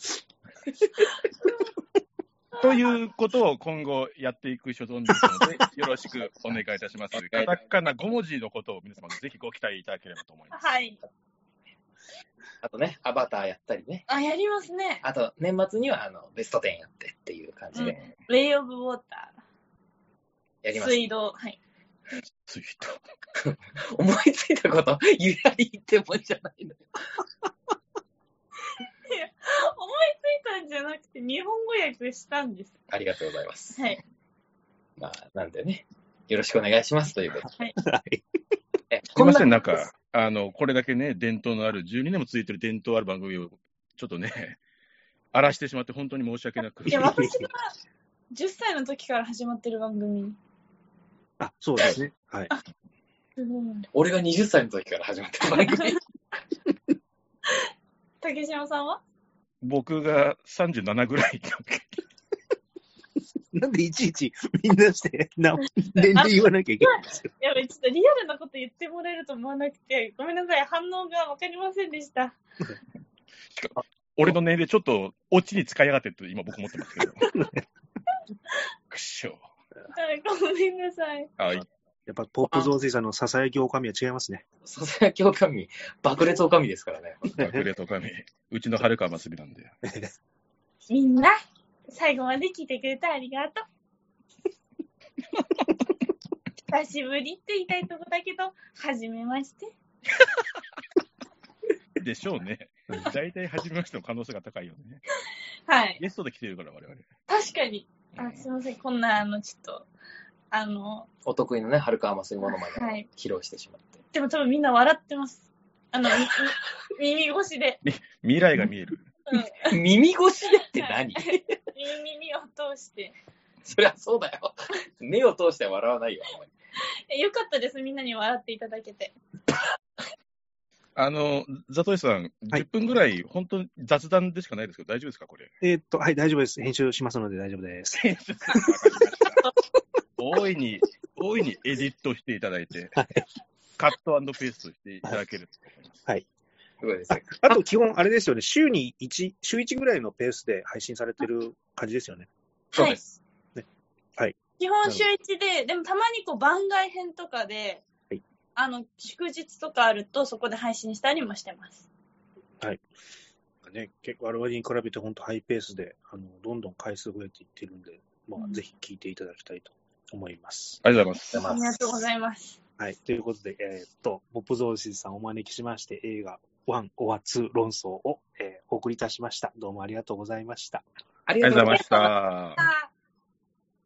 ということを今後やっていく所存ですので、 よろしくお願いいたします。カタカナ5文字のことを皆様ぜひご期待いただければと思います。
はい。
あとね、アバターやったりね。
あ、やりますね。
あと、年末には、あの、ベスト10やってっていう感じで、
レイオブウォータ
やり
ー。
ます。
水道。はい。
ツイート。
思いついたこと、ゆらり言ってもんじゃないのよ。
思いついたんじゃなくて、日本語訳したんです。
ありがとうございます。
はい。
まあ、なんでね、よろしくお願いしますということ
はい
で。
すみません、なんか、あの、これだけね、伝統のある、12年も続いてる伝統ある番組を、ちょっとね、 荒らしてしまって、本当に申し訳なく。
いや、私が10歳の時から始まってる番組。
あ、そうですね。はい。
すごい。
俺が20歳の時から始まった番組。
竹島さんは
僕が37ぐらいの時
なんでいちいちみんなして、な、年齢言わなきゃいけないんですよ。
やばい、ちょっとリアルなこと言ってもらえると思わなくて、ごめんなさい、反応がわかりませんでした。
俺の年齢ちょっと、オチに使いやがってって今僕思ってます けど。くっしょ。
はいごめんなさい。
はい。
やっぱ、ポップ増水さんのささやき狼は違いますね。
ささやきおかみ、爆裂おかみですからね。
隠れとかみ。うちの春川ますびなんで。
みんな、最後まで聞いてくれてありがとう。久しぶりって言いたいとこだけど、はじめまして。
でしょうね。大体初めましての可能性が高いよね。
はい。
ゲストで来てるから、我々。
確かに。あすいません、こんな、あの、ちょっと、あの、
お得意のね、春川ますみものまで
はい
披露してしまって。
でも多分みんな笑ってます。あの、み耳越しで。
未来が見える。
うん、
耳越しでって何
耳を通して。
そりゃそうだよ。 目を通しては笑わないよ、あんまり
えよかったです、みんなに笑っていただけて。
あの、ザトイさん、
はい
10分ぐらい、本当に雑談でしかないですけど、大丈夫ですか、これ。
えーっと、はい、大丈夫です。編集しますので大丈夫 です。
大いに、大いにエディットしていただいて、カットペーストしていただけると思います。
すごいですね。
あと、基本、あれですよね。週に1、週1ぐらいのペースで配信されてる感じですよね。
そうです。
基本週一で、でもたまにこう番外編とかで、
はい
あの、祝日とかあるとそこで配信したりもしてます。
ね結構、我々に比べて本当ハイペースで、あの、どんどん回数増えていってるんで、ま
う
あ、
ん
ぜひ聞いていただきたいと思います。
ありがとうございます。
あり
あ
がとう
り
ござい
が
ます
とうご
は
ざいます。
い。ということで、えーっと、ポップゾーシーさんをお招きしまして、映画、ワン、オアツー論争を、えーお送りいたしました。どうもありがとうございました。
あり
ありがとうござい
ま
ま
し
した。
あ